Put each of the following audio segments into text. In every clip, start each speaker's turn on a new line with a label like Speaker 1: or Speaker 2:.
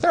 Speaker 1: there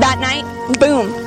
Speaker 2: That night, boom,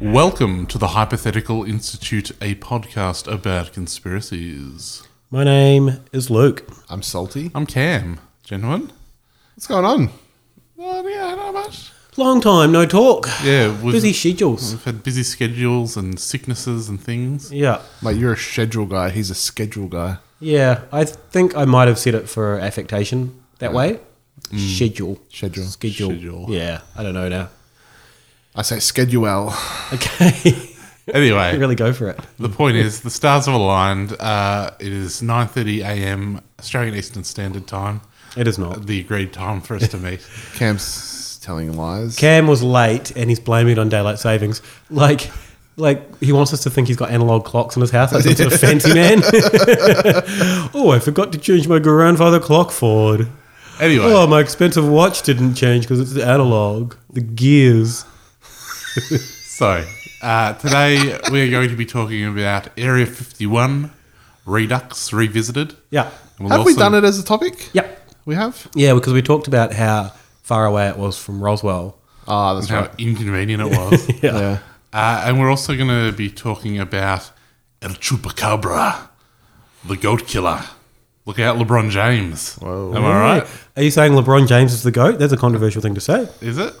Speaker 3: Welcome to the Hypothetical Institute, a podcast about conspiracies.
Speaker 4: My name is Luke.
Speaker 5: I'm Salty.
Speaker 3: I'm Cam. Gentlemen, what's going on?
Speaker 5: Oh, yeah, not much.
Speaker 4: Long time no talk.
Speaker 3: Yeah, we've-
Speaker 4: busy schedules.
Speaker 3: We've had busy schedules and sicknesses and things.
Speaker 4: Yeah,
Speaker 5: Mate, you're a schedule guy. He's a schedule guy.
Speaker 4: yeah. I think I might have said it for affectation that way. Schedule,
Speaker 5: Schedule.
Speaker 4: schedule.
Speaker 3: Mm. Schedule.
Speaker 4: Yeah, I don't know now.
Speaker 5: I say schedule.
Speaker 4: Okay,
Speaker 3: Anyway,
Speaker 4: really go for it.
Speaker 3: the point is the stars have aligned. Uh, it is 9:30 a.m. Australian Eastern Standard Time,
Speaker 4: It is not.
Speaker 3: the agreed time for us to meet.
Speaker 5: Cam's telling lies.
Speaker 4: Cam was late, and he's blaming it on daylight savings. Like, like he wants us to think he's got analog clocks in his house, like some sort of fancy man. oh, I forgot to change my grandfather clock forward.
Speaker 3: Anyway,
Speaker 4: Oh, my expensive watch didn't change because it's analog. The gears.
Speaker 3: So, uh, today we are going to be talking about Area 51, Redux Revisited.
Speaker 4: Yeah.
Speaker 3: And we'll
Speaker 5: Have we
Speaker 3: also-
Speaker 5: done it as a topic?
Speaker 4: Yep.
Speaker 5: We have?
Speaker 4: Yeah, because we talked about how far away it was from Roswell.
Speaker 5: Ah, that's
Speaker 3: How
Speaker 5: right.
Speaker 3: inconvenient it was.
Speaker 4: Yeah.
Speaker 5: Yeah.
Speaker 3: uh, and we're also going to be talking about El Chupacabra, the goat killer. Look out, LeBron James. Whoa. Am I right?
Speaker 4: Are you saying LeBron James is the GOAT? That's a controversial thing to say.
Speaker 3: Is it?
Speaker 4: A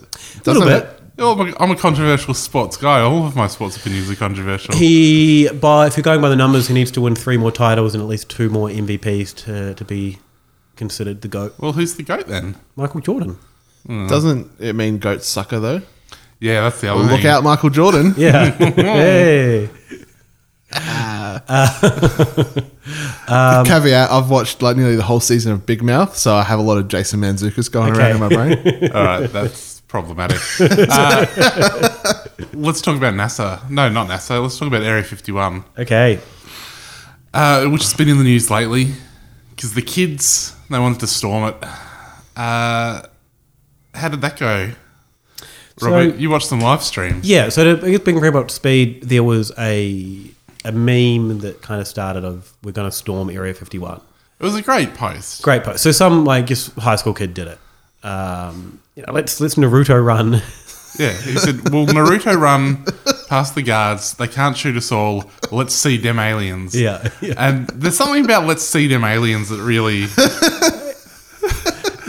Speaker 5: Doesn't
Speaker 4: little bit.
Speaker 5: it-
Speaker 3: Oh, I'm a- I'm a controversial sports guy. All of my sports opinions are controversial.
Speaker 4: He, by if you're going by the numbers, he needs to win three more titles and at least two more MVPs to, to be considered the GOAT.
Speaker 3: well, who's the goat then? Hmm.
Speaker 4: Michael Jordan.
Speaker 5: Doesn't it mean goat sucker, though?
Speaker 3: Yeah, that's the other
Speaker 5: Look
Speaker 3: thing.
Speaker 5: out, Michael Jordan.
Speaker 4: Yeah. hey.
Speaker 5: Caveat I've watched like nearly the whole season of Big Mouth, so I have a lot of Jason Manzukas going around
Speaker 4: Okay.
Speaker 5: in my brain.
Speaker 3: All right, that's problematic. Uh, let's talk about NASA. No, not NASA. Let's talk about Area 51,
Speaker 4: Okay.
Speaker 3: uh, which has been in the news lately because the kids, they wanted to storm it. Uh, how did that go? Robert, you watched some live streams.
Speaker 4: Yeah, so to get bring people up to speed, there was a a meme that kind of started of we're going to storm Area 51.
Speaker 3: It was a great post.
Speaker 4: Great post. So some like just high school kid did it. Um, you know, let's let's Naruto run.
Speaker 3: Yeah, he said, "Well, Naruto run past the guards. They can't shoot us all. Let's see them aliens."
Speaker 4: Yeah, yeah.
Speaker 3: and there's something about "let's see them aliens" that really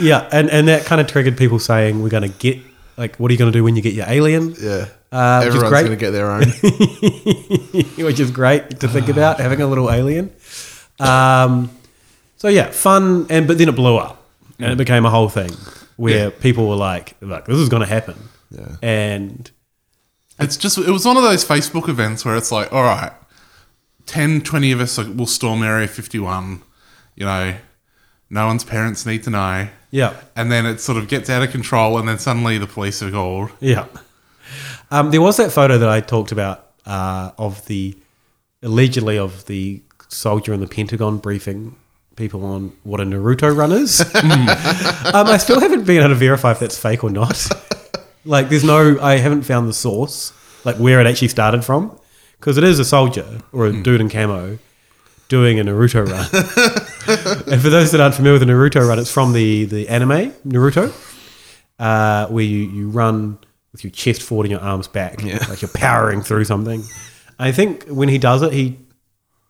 Speaker 4: yeah, and and that kind of triggered people saying we're going to get like what are you going to do when you get your alien?
Speaker 5: Yeah.
Speaker 4: Uh, which is
Speaker 5: Everyone's going
Speaker 4: great.
Speaker 5: to get their own.
Speaker 4: which is great to think about having a little alien. Um, so yeah, fun, and but then it blew up, and it became a whole thing where
Speaker 3: Yeah.
Speaker 4: people were like, "Look, this is going to happen,"
Speaker 5: Yeah.
Speaker 4: and
Speaker 3: It's just, it was one of those Facebook events where it's like, all right, 10, 20 of us will storm Area 51. You know, no one's parents need to know.
Speaker 4: yeah,
Speaker 3: And then it sort of gets out of control, and then suddenly the police are called.
Speaker 4: yeah. Um, there was that photo that I talked about uh, of the allegedly of the soldier in the Pentagon briefing people on what a Naruto run is. um, I still haven't been able to verify if that's fake or not. Like, there's no, I haven't found the
Speaker 3: Hmm.
Speaker 4: source, like where it actually started from, because it is a soldier or a dude in camo,
Speaker 3: doing a Naruto run. and for those that aren't familiar with the Naruto run, it's from the, the anime Naruto, uh, where you, you run with your chest forward and your arms back, like you're powering through something. I think when he does it, he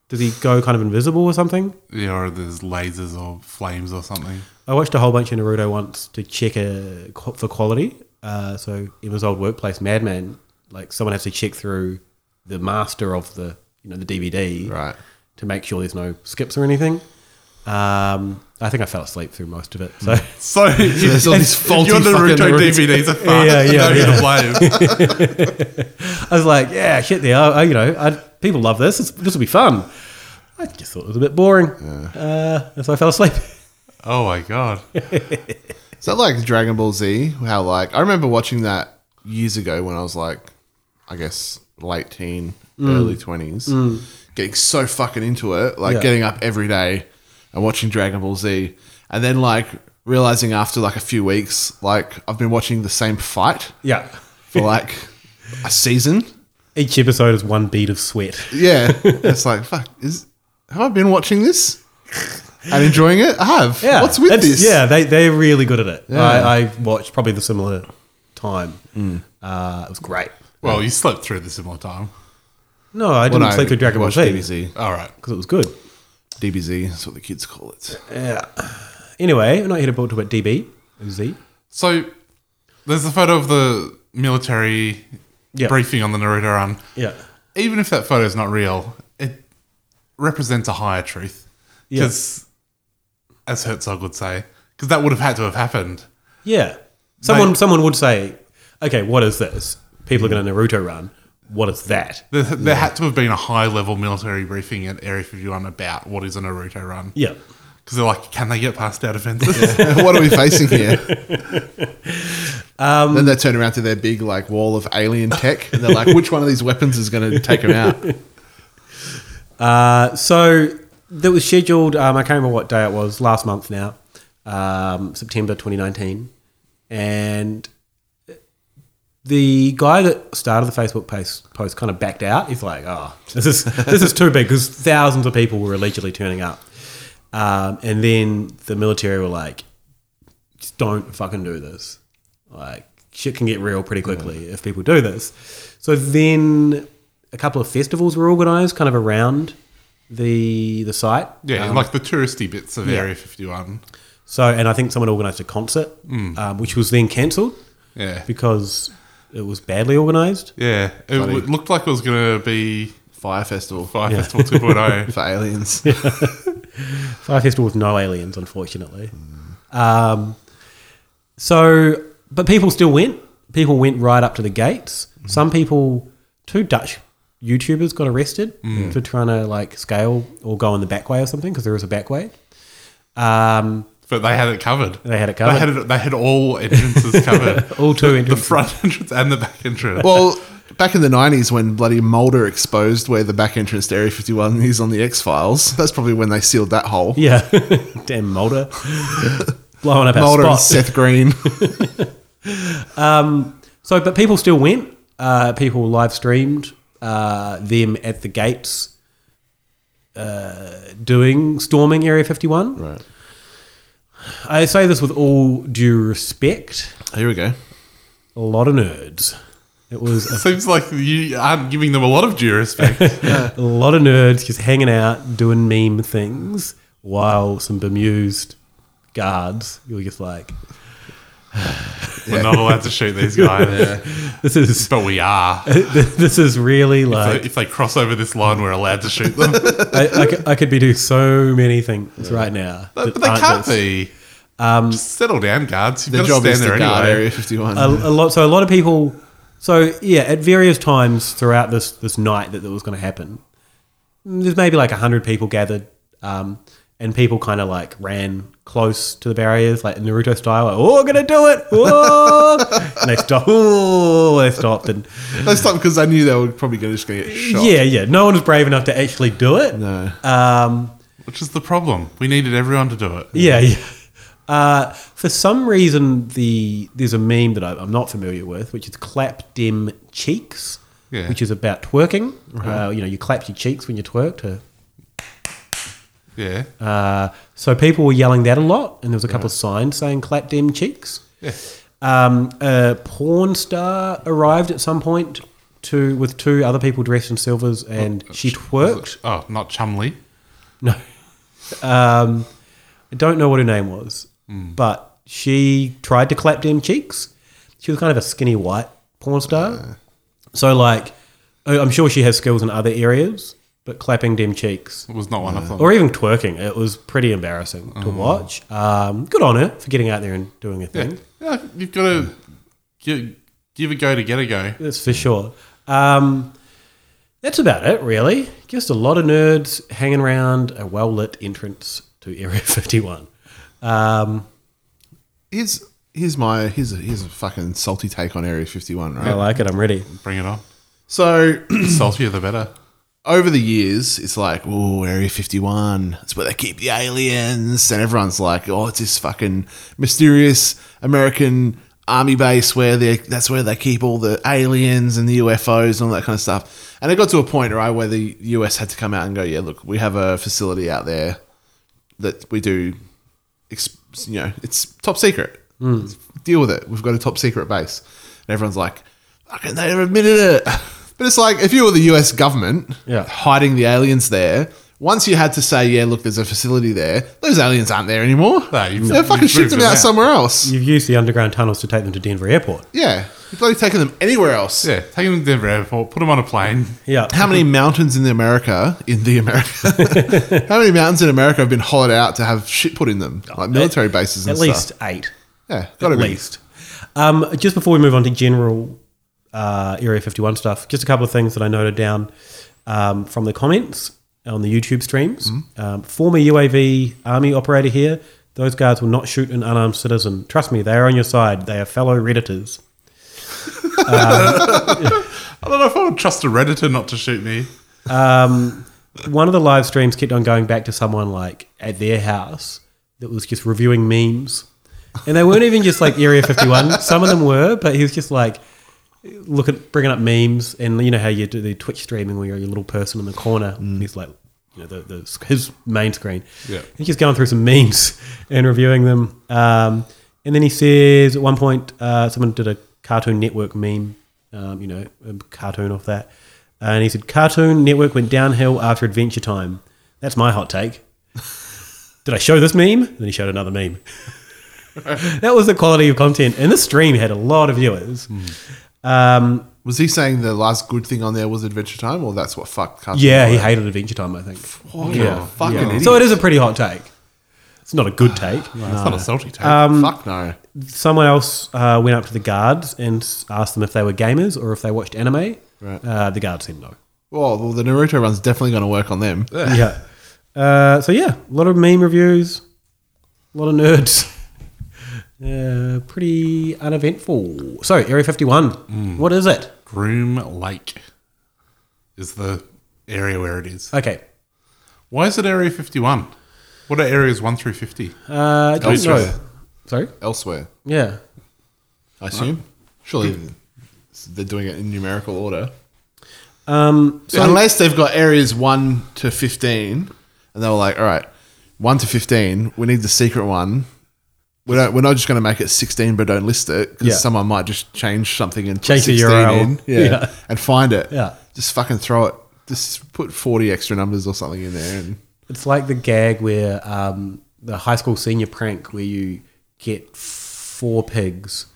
Speaker 3: does he go kind of invisible or something.
Speaker 4: Yeah, or there's lasers or flames or something.
Speaker 3: I watched a whole bunch of Naruto once to check uh qu for quality. Uh, so in his old workplace, Madman, like someone has to check through the master of the you know the DVD, right, to make sure there's no skips or anything. Um, I think I fell asleep through most of it. So,
Speaker 4: So there's all these faulty Your Naruto fucking Naruto- DVDs are fucked, and don't
Speaker 3: you're to blame. I was like, yeah, shit, there. I, I- you know, I, people love this. It's, this will be fun. I just thought it was a bit boring, uh, and so I fell asleep.
Speaker 4: Oh my god!
Speaker 6: Is that like Dragon Ball Z? How like I remember watching that years ago when I was like, I guess late teen,
Speaker 3: Mm.
Speaker 6: early twenties,
Speaker 3: Mm.
Speaker 6: getting so fucking into it, like
Speaker 3: Yeah.
Speaker 6: getting up every day and watching Dragon Ball Z, and then like realizing after like a few weeks, like I've been watching the same fight,
Speaker 3: Yeah.
Speaker 6: for like a season.
Speaker 3: Each episode is one bead of sweat.
Speaker 6: Yeah, it's like fuck. Is have I been watching this and enjoying it? I have.
Speaker 3: Yeah,
Speaker 6: What's with
Speaker 3: that's-
Speaker 6: this?
Speaker 3: Yeah, they they're really good at it.
Speaker 6: Yeah.
Speaker 3: I, I watched probably the similar time. Uh, it was great.
Speaker 4: Well, you slept through this in my time.
Speaker 3: no, I
Speaker 6: Well,
Speaker 3: didn't
Speaker 6: no,
Speaker 3: sleep through Dragon Ball
Speaker 6: watched
Speaker 3: Z.
Speaker 6: DBZ. All right.
Speaker 3: because it was good.
Speaker 6: DBZ. That's what the kids call it.
Speaker 3: Yeah. Anyway, we're not here to talk about DB Z.
Speaker 4: So there's a photo of the military
Speaker 3: Yeah.
Speaker 4: briefing on the Naruto run.
Speaker 3: Yeah.
Speaker 4: Even if that photo is not real, it represents a higher truth.
Speaker 3: Yeah.
Speaker 4: Because, as Herzog would say, because that would have had to have happened.
Speaker 3: Yeah. Someone
Speaker 4: Mate.
Speaker 3: someone would say, okay, what is this? People are going to Naruto run. What is that?
Speaker 4: There, there had to have been a high level military briefing at Area 51 about what is a Naruto run.
Speaker 3: Yeah.
Speaker 4: Because they're like, can they get past our defenses?
Speaker 6: what are we facing here?
Speaker 3: Um,
Speaker 6: then they turn around to their big like wall of alien tech, and they're like, "Which one of these weapons is going to take them out?"
Speaker 3: Uh, so that was scheduled. Um, I can't remember what day it was. Last month now, um, September 2019, and the guy that started the Facebook post, post kind of backed out. He's like, "Oh, this is this is too big because thousands of people were allegedly turning up." Um, and then the military were like, "Just don't fucking do this. Like, shit can get real pretty quickly
Speaker 4: Mm.
Speaker 3: if people do this." So then a couple of festivals were organised, kind of around the the site.
Speaker 4: Yeah,
Speaker 3: Um,
Speaker 4: like the touristy bits of
Speaker 3: yeah.
Speaker 4: Area 51.
Speaker 3: so, and I think someone organised a concert,
Speaker 4: Mm.
Speaker 3: um, which was then cancelled.
Speaker 4: Yeah.
Speaker 3: because it was badly organised.
Speaker 4: Yeah, it
Speaker 3: Bloody-
Speaker 4: w- looked like it was going to be
Speaker 6: Fire Festival.
Speaker 4: Fire
Speaker 3: Yeah.
Speaker 4: Festival 2.0.
Speaker 3: oh.
Speaker 6: for aliens.
Speaker 3: Fire Festival with no aliens, unfortunately. Um, so, but people still went. People went right up to the gates. Some people, two Dutch YouTubers got arrested
Speaker 4: Mm.
Speaker 3: for trying to like scale or go in the back way or something because there is a back way. Um,
Speaker 4: But they had it covered.
Speaker 3: They had it covered.
Speaker 4: They had, it, they had all entrances covered.
Speaker 3: All two
Speaker 4: the,
Speaker 3: entrances.
Speaker 4: The front entrance and the back entrance.
Speaker 6: Well, back in the '90s, when bloody Mulder exposed where the back entrance to Area 51 is on the X Files, that's probably when they sealed that hole.
Speaker 3: Yeah, damn Mulder, blowing up our
Speaker 6: Mulder and
Speaker 3: spot.
Speaker 6: Seth Green.
Speaker 3: um, so, but people still went. Uh, people live streamed uh, them at the gates uh, doing storming Area 51.
Speaker 6: Right.
Speaker 3: I say this with all due respect.
Speaker 6: Here we go.
Speaker 3: A lot of nerds. It was a
Speaker 4: Seems like you aren't giving them a lot of due respect.
Speaker 3: a lot of nerds just hanging out doing meme things while some bemused guards you're just like
Speaker 4: We're not allowed to shoot these guys.
Speaker 3: this is
Speaker 4: but we are.
Speaker 3: this is really
Speaker 4: If they,
Speaker 3: like
Speaker 4: if they cross over this line, we're allowed to shoot them.
Speaker 3: I, I, could, I could be doing so many things right now
Speaker 4: But,
Speaker 3: that
Speaker 4: they
Speaker 3: aren't Um,
Speaker 4: can't
Speaker 3: this.
Speaker 4: be. Just settle down, guards. You've
Speaker 6: The
Speaker 4: got
Speaker 6: job
Speaker 4: to
Speaker 6: is
Speaker 4: stand
Speaker 6: to
Speaker 4: there
Speaker 6: guard
Speaker 4: anyway.
Speaker 6: Area 51.
Speaker 3: a, a lot. So a lot of people. So yeah, at various times throughout this this night that that was going to happen, there's maybe like hundred people gathered, um, and people kind of like ran close to the barriers, like Naruto style. Like, oh, we're gonna do it! Oh! and they stopped. Oh, they stopped, and
Speaker 6: they stopped because they knew they were probably gonna just going to get shot.
Speaker 3: yeah, yeah. No one was brave enough to actually do it.
Speaker 6: No.
Speaker 3: Um,
Speaker 4: Which is the problem. We needed everyone to do it.
Speaker 3: Yeah, yeah. Uh, for some reason, the there's a meme that I, I'm not familiar with, which is clap dim cheeks,
Speaker 4: Yeah.
Speaker 3: which is about twerking.
Speaker 4: Right.
Speaker 6: Uh-huh.
Speaker 3: Uh, you know, you clap your cheeks when you twerk to Yeah.
Speaker 7: Uh, so people were yelling that a lot, and there was a couple of signs saying "clap them cheeks."
Speaker 3: Yeah.
Speaker 7: Um, a porn star arrived at some point to with two other people dressed in silvers, and she twerked.
Speaker 3: Oh, not Chumley.
Speaker 7: No, um, I don't know what her name was, but she tried to clap them cheeks. She was kind of a skinny white porn star, so like I- I'm sure she has skills in other areas, but clapping them cheeks
Speaker 3: was not one of them.
Speaker 7: Uh, or even twerking. It was pretty embarrassing to
Speaker 3: Oh.
Speaker 7: watch. Um, good on her for getting out there and doing a
Speaker 3: Yeah.
Speaker 7: thing.
Speaker 3: yeah you've got to give, give a go to get a go.
Speaker 7: That's for sure. Um, that's about it, really. Just a lot of nerds hanging around a well lit entrance to Area 51. Um,
Speaker 4: Here's here's my here's a, here's a fucking salty take on Area 51. Right,
Speaker 7: I like it. I'm ready.
Speaker 3: Bring it on.
Speaker 4: So
Speaker 3: saltier the better.
Speaker 4: Over the years, it's like, oh, Area 51. It's where they keep the aliens, and everyone's like, oh, it's this fucking mysterious American army base where they that's where they keep all the aliens and the UFOs and all that kind of stuff. And it got to a point, right, where the US had to come out and go, yeah, look, we have a facility out there that we do, ex- you know, it's top secret.
Speaker 3: Hmm.
Speaker 7: Mm.
Speaker 4: Deal with it. We've got a top secret base. And everyone's like, fucking, they never admitted it. But it's like, if you were the US government
Speaker 7: Yeah.
Speaker 4: hiding the aliens there, once you had to say, yeah, look, there's a facility there, those aliens aren't there anymore.
Speaker 3: you've-
Speaker 4: They're fucking
Speaker 3: you've
Speaker 4: shipped
Speaker 3: moved
Speaker 4: them
Speaker 3: them
Speaker 4: out
Speaker 3: out.
Speaker 4: somewhere else.
Speaker 7: You've used the underground tunnels to take them to Denver Airport.
Speaker 4: Yeah. You've bloody taken them anywhere else.
Speaker 3: Yeah, take them to Denver Airport, put them on a plane.
Speaker 7: Yeah.
Speaker 4: How many mountains in the America, in the America, how many mountains in America have been hollowed out to have shit put in them? Like military bases and
Speaker 7: At
Speaker 4: stuff.
Speaker 7: least eight.
Speaker 4: Yeah, gotta
Speaker 7: at
Speaker 4: be.
Speaker 7: least. Um, just before we move on to general uh, Area 51 stuff, just a couple of things that I noted down um, from the comments on the YouTube streams.
Speaker 4: Mm-hmm.
Speaker 7: Um, former UAV Army operator here. Those guards will not shoot an unarmed citizen. Trust me, they are on your side. They are fellow Redditors.
Speaker 3: I don't know if I would trust a Redditor not to shoot me.
Speaker 7: Um, one of the live streams kept on going back to someone like at their house that was just reviewing memes, and they weren't even just like Area Fifty One. Some of them were, but he was just like, look at bringing up memes, and you know how you do the Twitch streaming where you're a little person in the corner. And he's like, you know, the, the his main screen.
Speaker 3: Yeah.
Speaker 7: he's just going through some memes and reviewing them. Um, and then he says at one point, uh, someone did a Cartoon Network meme, um, you know, a cartoon off that. And he said, Cartoon Network went downhill after Adventure Time. That's my hot take. did I show this meme? And then he showed another meme. that was the quality of content. And this stream had a lot of viewers. Um,
Speaker 4: was he saying the last good thing on there was Adventure Time, or that's what fucked Cartoon
Speaker 7: Yeah, he
Speaker 4: Network?
Speaker 7: hated Adventure Time, I think.
Speaker 4: What a fucking idiot.
Speaker 7: So it is a pretty hot take. It's not a good take. Um,
Speaker 3: No, it's not a salty take.
Speaker 4: Fuck no.
Speaker 7: Someone else uh, went up to the guards and s- asked them if they were gamers or if they watched anime.
Speaker 4: Right.
Speaker 7: Uh, the guards said no.
Speaker 4: Well, well, the Naruto run's definitely going to work on them.
Speaker 7: yeah. Uh, so yeah, a lot of meme reviews, a lot of nerds. Uh, pretty uneventful. So Area Fifty One, what is it?
Speaker 3: Groom Lake is the area where it is.
Speaker 7: Okay.
Speaker 3: Why is it Area 51? What are areas 1 through 50?
Speaker 7: Uh, I don't know. Sorry?
Speaker 4: Elsewhere.
Speaker 7: Yeah.
Speaker 4: I assume. Surely they're doing it in numerical order.
Speaker 7: Um, so
Speaker 4: Unless they've got areas 1 to 15, and they were like, all right, 1 to 15, we need the secret one. We don't, we're not just going to make it 16 but don't list it because
Speaker 7: Yeah.
Speaker 4: someone might just change something and put
Speaker 7: Change the
Speaker 4: 16
Speaker 7: URL.
Speaker 4: in yeah,
Speaker 7: Yeah.
Speaker 4: and find it.
Speaker 7: Yeah.
Speaker 4: Just fucking throw it. Just put 40 extra numbers or something in there. And
Speaker 7: It's like the gag where um, the high school senior prank where you get four pigs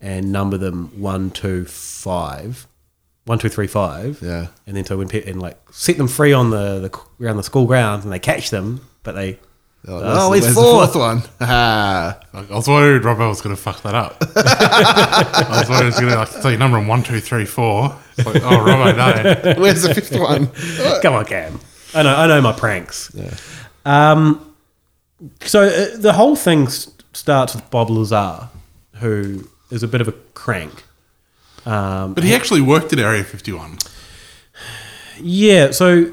Speaker 7: and number them one, two, five. One, two, three, five.
Speaker 4: Yeah.
Speaker 7: And then so when people and like set them free on the, the c- around the school grounds and they catch them, but they
Speaker 4: like,
Speaker 7: oh,
Speaker 4: where's
Speaker 7: it's
Speaker 4: the-
Speaker 7: four.
Speaker 4: where's the fourth one? Ah.
Speaker 3: I was worried Robbo was going to fuck that up. I was worried he was going to like, tell you number in 1, 2, 3, 4. It's like, oh, Robbo, no.
Speaker 4: Where's the fifth one?
Speaker 7: Come on, Cam. I know, I know my pranks. Um, so uh, the whole thing s- starts with Bob Lazar, who is a bit of a crank. Um,
Speaker 3: But he actually worked at Area 51.
Speaker 7: Yeah, so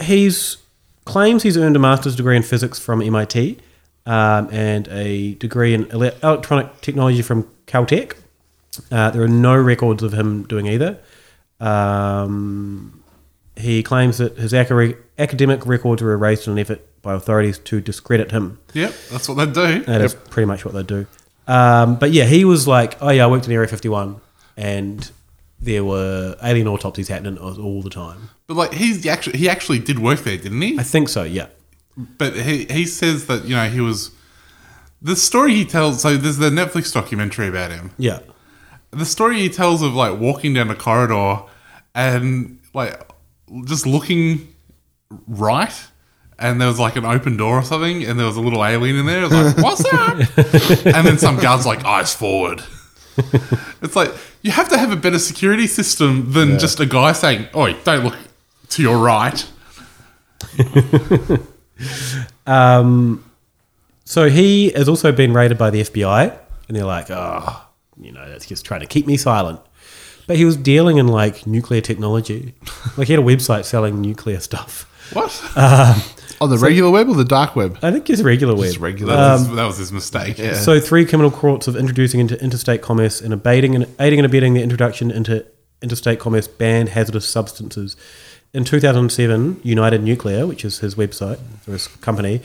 Speaker 7: he's claims he's earned a master's degree in physics from MIT um, and a degree in ele- electronic technology from Caltech. Uh, there are no records of him doing either. Um, he claims that his academic academic records were erased in an effort by authorities to discredit him.
Speaker 3: Yep, that's what they do.
Speaker 7: That is pretty much what they do. Um, but yeah, he was like, "Oh yeah, I worked in Area 51, and there were alien autopsies happening all- all the time."
Speaker 3: But like he actually he actually did work there, didn't he? I
Speaker 7: think so. Yeah.
Speaker 3: But he he says that you know he was the story he tells. So there's the Netflix documentary about him.
Speaker 7: Yeah.
Speaker 3: The story he tells of like walking down a corridor and like just looking right, and there was like an open door or something, and there was a little alien in there. It was like, what's up? and then some guard's like, eyes forward. It's like you have to have a better security system than
Speaker 7: Yeah.
Speaker 3: just a guy saying, "Oi, don't look to your right."
Speaker 7: Um, so he has also been raided by the FBI, and they're like, oh, you know, that's just trying to keep me silent. But he was dealing in like nuclear technology. Like he had a website selling nuclear stuff.
Speaker 3: What?
Speaker 7: Um,
Speaker 4: On the
Speaker 7: so-
Speaker 4: regular web or the dark web?
Speaker 7: I think it's regular web.
Speaker 4: Just regular.
Speaker 3: That was- that was his mistake. Yeah.
Speaker 7: So three criminal courts of introducing into interstate commerce and abating and aiding and abetting the introduction into interstate commerce banned hazardous substances. In 2007, United Nuclear, which is his website or his company,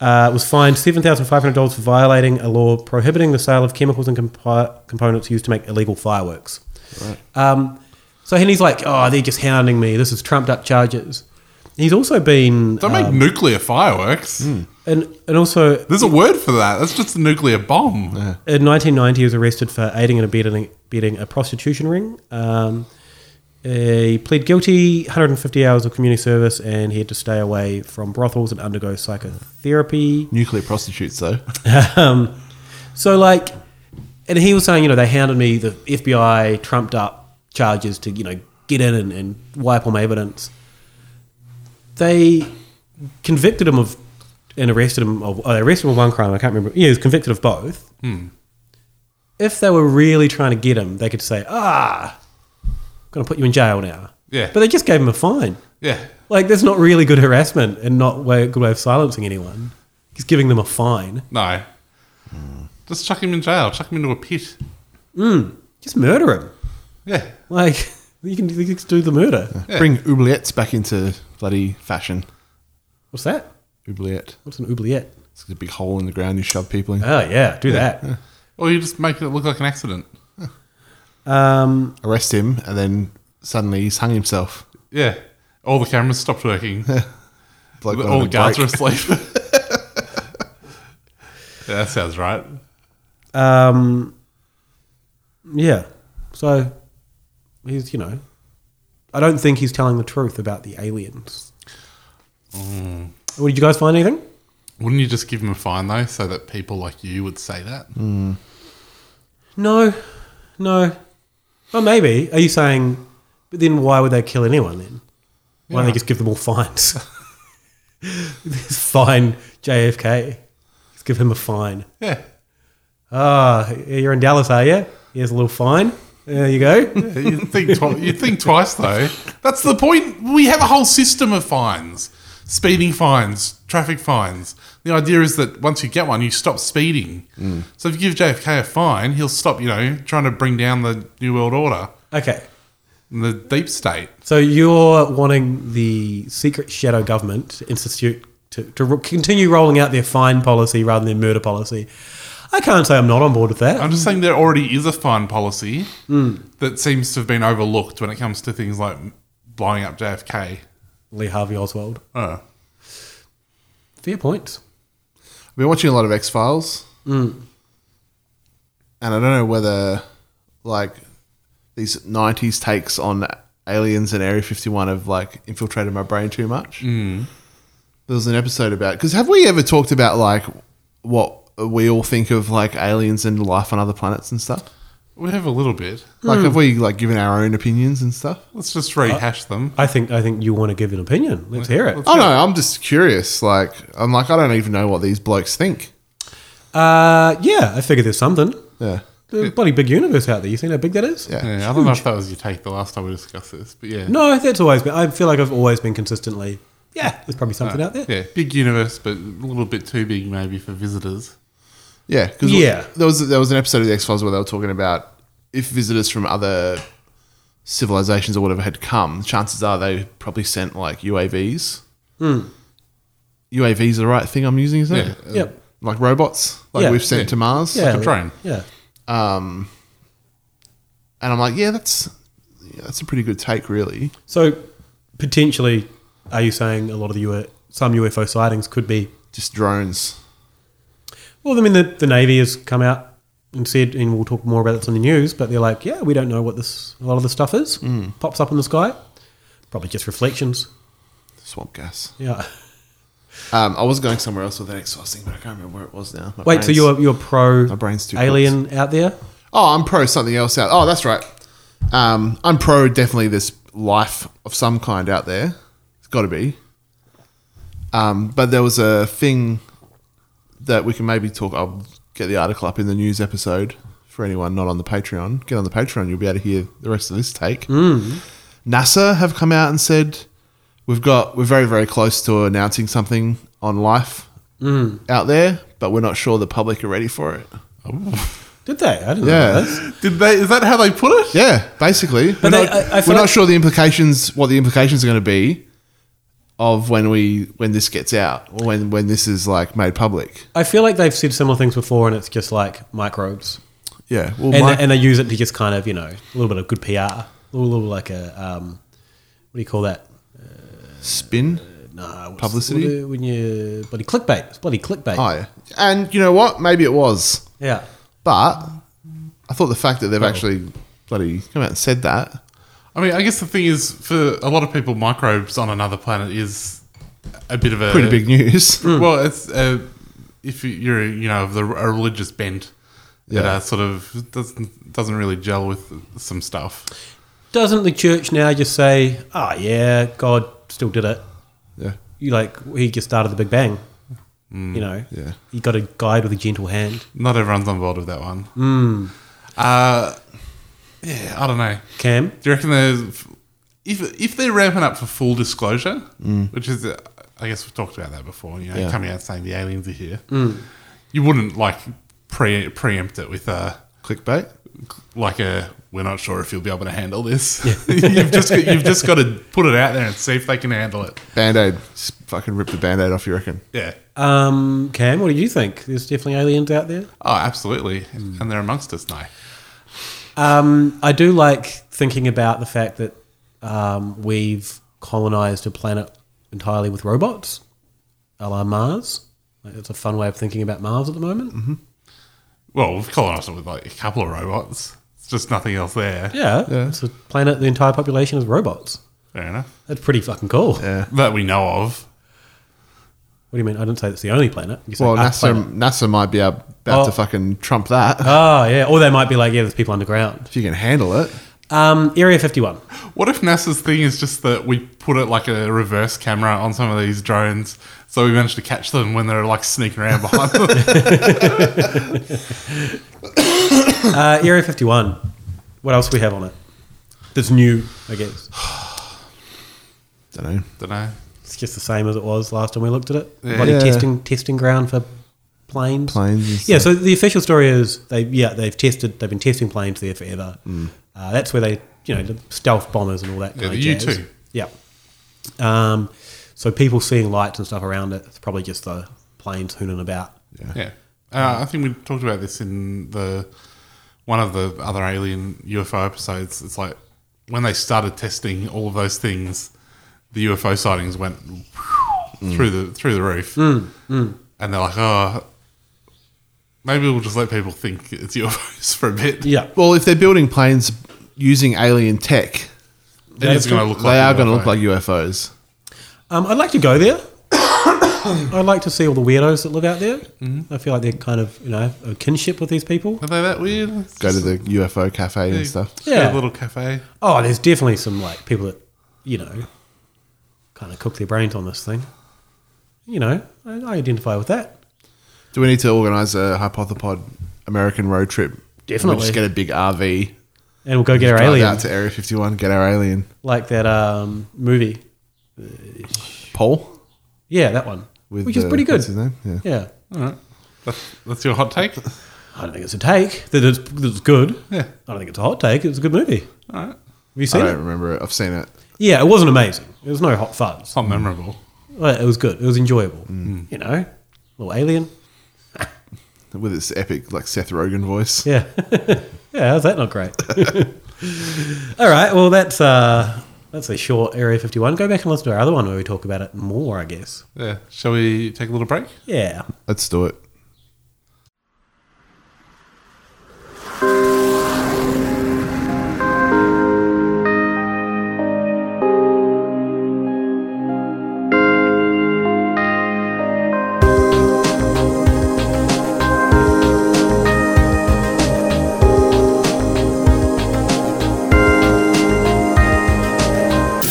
Speaker 7: uh, was fined $7,500 for violating a law prohibiting the sale of chemicals and compi- components used to make illegal fireworks.
Speaker 4: Right.
Speaker 7: Um, so Henry's like, oh, they're just hounding me. This is trumped up charges. He's also been.
Speaker 3: Don't make
Speaker 7: um, hmm.
Speaker 3: nuclear fireworks.
Speaker 7: And and also,
Speaker 3: there's a word for that. That's just a nuclear bomb.
Speaker 7: In 1990, he was arrested for aiding and abetting, abetting a prostitution ring. Um, he pled guilty, 150 hours of community service, and he had to stay away from brothels and undergo psychotherapy.
Speaker 4: Nuclear prostitutes, though.
Speaker 7: um, so, like, and he was saying, you know, they hounded me, the FBI trumped up charges to, you know, get in and, and wipe all my evidence. They convicted him of and arrested him of, oh, they arrested him of one crime, I can't remember. Yeah, he was convicted of both
Speaker 3: Hmm.
Speaker 7: if they were really trying to get him, they could say, ah, going to put you in jail now.
Speaker 3: Yeah.
Speaker 7: But they just gave him a fine.
Speaker 3: Yeah.
Speaker 7: Like, that's not really good harassment and not way, good way of silencing anyone. He's giving them a fine.
Speaker 3: No. Just chuck him in jail. Chuck him into a pit.
Speaker 7: Mm, just murder him.
Speaker 3: Yeah.
Speaker 7: Like, you can, you can do the murder.
Speaker 3: Yeah.
Speaker 4: Bring oubliettes back into bloody fashion.
Speaker 7: What's that?
Speaker 4: Oubliette.
Speaker 7: What's an oubliette?
Speaker 4: It's a big hole in the ground you shove people in.
Speaker 7: Oh, yeah, do that.
Speaker 3: Or you just make it look like an accident.
Speaker 7: Um,
Speaker 4: Arrest him, and then suddenly he's hung himself.
Speaker 3: Yeah. All the cameras stopped working. all the
Speaker 4: Bloke went on a
Speaker 3: guards are
Speaker 4: break.
Speaker 3: asleep. yeah, that sounds right.
Speaker 7: Um, yeah. So he's, you know, I don't think he's telling the truth about the aliens.
Speaker 3: Mm.
Speaker 7: Well, did you guys find anything?
Speaker 3: Wouldn't you just give him a fine though, so that people like you would say that?
Speaker 7: No, no. Oh, maybe. Are you saying? But then, why would they kill anyone then? Why don't
Speaker 3: Yeah.
Speaker 7: they just give them all fines? Just fine JFK. Just give him a fine.
Speaker 3: Yeah.
Speaker 7: Ah, you're in Dallas, are you? Here's a little fine. There you go.
Speaker 3: You'd think, twi- you'd think twice, though. That's the point. We have a whole system of fines speeding fines, traffic fines. The idea is that once you get one, you stop speeding.
Speaker 7: Mm.
Speaker 3: So if you give JFK a fine, he'll stop, you know, trying to bring down the New World Order.
Speaker 7: Okay.
Speaker 3: And the deep state.
Speaker 7: So you're wanting the secret shadow government to institute to, to ro- continue rolling out their fine policy rather than their murder policy. I can't say I'm not on board with that.
Speaker 3: I'm just saying there already is a fine policy that seems to have been overlooked when it comes to things like blowing up JFK.
Speaker 7: Lee Harvey Oswald.
Speaker 3: Oh.
Speaker 7: Fair points.
Speaker 4: I've been watching a lot of X Files,
Speaker 7: Mm.
Speaker 4: and I don't know whether like these '90s takes on aliens and Area 51 have like infiltrated my brain too much.
Speaker 3: Mm.
Speaker 4: There was an episode about because have we ever talked about like what we all think of like aliens and life on other planets and stuff?
Speaker 3: We have a little bit.
Speaker 4: Like,
Speaker 3: Mm.
Speaker 4: have we like given our own opinions and stuff?
Speaker 3: Let's just rehash them.
Speaker 7: I think I think you want to give an opinion. Let's hear it.
Speaker 4: Oh no, I'm just curious. Like, I'm like, I don't even know what these blokes think.
Speaker 7: Uh, yeah, I figured there's something.
Speaker 4: Yeah.
Speaker 7: The bloody big universe out there. You seen how big that is?
Speaker 3: Yeah, I don't know if that was your take the last time we discussed this, but yeah.
Speaker 7: No, that's always been. I feel like I've always been consistently. Yeah, there's probably something
Speaker 3: No.
Speaker 7: out there.
Speaker 3: Yeah, big universe, but a little bit too big maybe for visitors.
Speaker 4: Yeah,
Speaker 7: Yeah.
Speaker 4: there was there was an episode of the X Files where they were talking about if visitors from other civilizations or whatever had come, chances are they probably sent like UAVs,
Speaker 7: Hmm.
Speaker 4: UAVs are the right thing I'm using, isn't it?
Speaker 3: Yeah. Yep.
Speaker 4: Like robots, like
Speaker 3: Yeah.
Speaker 4: we've sent
Speaker 3: Yeah.
Speaker 4: to Mars.
Speaker 3: Yeah. Like a drone. Yeah.
Speaker 4: Um, and I'm like, yeah, that's yeah, that's a pretty good take, really.
Speaker 3: So potentially, are you saying a lot of the UFO, some UFO sightings could be
Speaker 4: just drones?
Speaker 3: Well, I mean, the, the Navy has come out and said, and we'll talk more about this on the news, but they're like, yeah, we don't know what this a lot of the stuff is.
Speaker 4: Mm.
Speaker 3: Pops up in the sky, probably just reflections.
Speaker 4: Swamp gas.
Speaker 3: Yeah.
Speaker 4: Um, I was going somewhere else with that exhausting, but I can't remember where it was now. My
Speaker 3: Wait, so
Speaker 4: brain's-
Speaker 3: you're you're pro
Speaker 4: my brain's too
Speaker 3: alien out there?
Speaker 4: Oh, I'm pro something else out. Oh, that's right. Um, I'm pro definitely this life of some kind out there. It's got to be. Um, but there was a thing that we can maybe talk. I'll get the article up in the news episode for anyone not on the Patreon. Get on the Patreon, you'll be able to hear the rest of this take.
Speaker 3: Mm.
Speaker 4: NASA have come out and said we've got we're very very close to announcing something on life
Speaker 3: Mm.
Speaker 4: out there, but we're not sure the public are ready for it.
Speaker 3: Did they? I didn't know this.
Speaker 4: Yeah. Did they? Is that how they put it? Yeah, basically.
Speaker 3: But
Speaker 4: we're
Speaker 3: they-
Speaker 4: not,
Speaker 3: I- I feel
Speaker 4: we're not
Speaker 3: like-
Speaker 4: sure the implications, what the implications are going to be, of when we when this gets out or when when this is like made public.
Speaker 3: I feel like they've said similar things before, and it's just like microbes.
Speaker 4: Yeah, well,
Speaker 3: Well, and,
Speaker 4: my-
Speaker 3: they, and they use it to just kind of you know a little bit of good PR,
Speaker 8: uh,
Speaker 3: a little, little like a um, what do you call that?
Speaker 4: Spin.
Speaker 3: Nah, what's-
Speaker 4: Publicity?
Speaker 3: Uh, what do- when you bloody clickbait. It's bloody clickbait.
Speaker 4: Oh, yeah. And you know what? Maybe it was.
Speaker 3: Yeah.
Speaker 4: But I thought the fact that they've actually bloody come out and said that.
Speaker 6: I mean, I guess the thing is, for a lot of people, microbes on another planet is a bit of a
Speaker 4: Pretty big news. Mm.
Speaker 6: Well, it's uh, if you're you know of the, a religious bent that
Speaker 4: Yeah.
Speaker 6: uh, sort of doesn't doesn't really gel with some stuff.
Speaker 3: Doesn't the church now just say, "Ah, yeah, God still did it"?
Speaker 4: Yeah.
Speaker 3: You like he just started the Big Bang.
Speaker 6: Mm.
Speaker 3: You know.
Speaker 4: Yeah.
Speaker 3: You got to guide with a gentle hand.
Speaker 6: Not everyone's on board with that one.
Speaker 3: Mm.
Speaker 6: Uh, yeah, I don't know.
Speaker 3: Cam?
Speaker 6: do you reckon there's if if they're ramping up for full disclosure,
Speaker 4: Mm.
Speaker 6: which is uh, I guess we've talked about that before. You know,
Speaker 4: Yeah.
Speaker 6: coming out saying the aliens are here,
Speaker 4: Mm.
Speaker 6: you wouldn't like pre preempt it with a
Speaker 4: clickbait,
Speaker 6: like a we're not sure if you'll be able to handle this. you've just got, you've just got to put it out there and see if they can handle it.
Speaker 4: Band aid. Just fucking rip the band aid off, you reckon?
Speaker 6: Yeah.
Speaker 3: Um, Cam, what do you think? There's definitely aliens out there. Mm.
Speaker 6: Oh, absolutely, and they're amongst us now.
Speaker 3: Um, I do like thinking about the fact that um, we've colonized a planet entirely with robots, a la Mars. Like, That's a fun way of thinking about Mars at the moment. Mm-hmm.
Speaker 6: Well, we've colonised it with like a couple of robots. It's just nothing else there.
Speaker 3: Yeah, it's a planet. The entire population is robots.
Speaker 6: Fair enough.
Speaker 3: That's pretty fucking cool.
Speaker 4: Yeah.
Speaker 6: That we know of.
Speaker 3: What do you mean? I didn't say it's the only planet. You said
Speaker 4: Well,
Speaker 3: a
Speaker 4: NASA,
Speaker 3: planet.
Speaker 4: NASA might be ab- about
Speaker 3: Oh.
Speaker 4: to fucking trump that.
Speaker 3: Oh yeah, or they might be like, yeah, there's people underground. If
Speaker 4: you can handle it.
Speaker 3: Um, Area 51.
Speaker 6: What if NASA's thing is just that we put it like a reverse camera on some of these drones, so we manage to catch them when they're like sneaking around behind them?
Speaker 3: uh, Area 51. What else we have on it? That's new, I guess.
Speaker 4: Don't know.
Speaker 6: Don't know.
Speaker 3: It's just the same as it was last time we looked at it.
Speaker 4: Yeah.
Speaker 3: Bloody
Speaker 4: Yeah.
Speaker 3: testing testing ground for planes.
Speaker 4: Planes and
Speaker 3: Yeah. So the official story is they yeah they've tested they've been testing planes there forever.
Speaker 4: Mm.
Speaker 3: Uh, that's where they you know the stealth bombers and all that.
Speaker 6: Yeah,
Speaker 3: kind
Speaker 6: the
Speaker 3: of jazz.
Speaker 6: U2.
Speaker 3: Yeah. Um, so people seeing lights and stuff around it. It's probably just the planes hooning about.
Speaker 6: yeah, uh, I think we talked about this in the one of the other alien UFO episodes. It's like when they started testing all of those things, the UFO sightings went through the through the roof,
Speaker 3: Mm, mm.
Speaker 6: and they're like, oh. Maybe we'll just let people think it's UFOs for a bit.
Speaker 4: Well, if they're building planes using alien tech,
Speaker 6: It is gonna look
Speaker 4: they
Speaker 6: like
Speaker 4: are
Speaker 6: UFO.
Speaker 4: going to look like UFOs.
Speaker 3: Um, I'd like to go there. I'd like to see all the weirdos that live out there. I feel like they're kind of you know a kinship with these people.
Speaker 6: Mm-hmm. Are they that weird? It's
Speaker 4: Go to
Speaker 6: just-
Speaker 4: the UFO cafe
Speaker 6: Yeah.
Speaker 4: and stuff.
Speaker 6: Yeah, little cafe.
Speaker 3: Oh, there's definitely some like people that you know kind of cook their brains on this thing. You know, I, I identify with that.
Speaker 4: Do we need to organise a hypothepod American road trip?
Speaker 3: Definitely.
Speaker 4: We just get a big RV
Speaker 3: And we'll go get
Speaker 4: Just
Speaker 3: our
Speaker 4: drive
Speaker 3: alien.
Speaker 4: out to Area Fifty One. Get our alien.
Speaker 3: Like that um, movie.
Speaker 4: Paul.
Speaker 3: Yeah, that one,
Speaker 4: With
Speaker 3: which is
Speaker 4: the-
Speaker 3: pretty good.
Speaker 4: what's his name? Yeah.
Speaker 3: yeah.
Speaker 6: All right. That's, that's your hot take?
Speaker 3: I don't think it's a take that it's, that it's good. Yeah. I don't think it's a hot take. It's a good movie.
Speaker 6: All right.
Speaker 3: Have you seen
Speaker 4: I
Speaker 3: it?
Speaker 4: don't remember it. I've seen it.
Speaker 3: Yeah, it wasn't amazing. It was no hot fuzz.
Speaker 6: It's not memorable.
Speaker 3: Well, it was good. It was enjoyable. You know, little alien.
Speaker 4: with its epic like Seth Rogen voice.
Speaker 3: Yeah. yeah, how's that not great? All right, well that's uh that's a short Area 51. Go back and listen to our other one where we talk about it more, I guess.
Speaker 6: Yeah. Shall we take a little break?
Speaker 3: Yeah.
Speaker 4: Let's do it.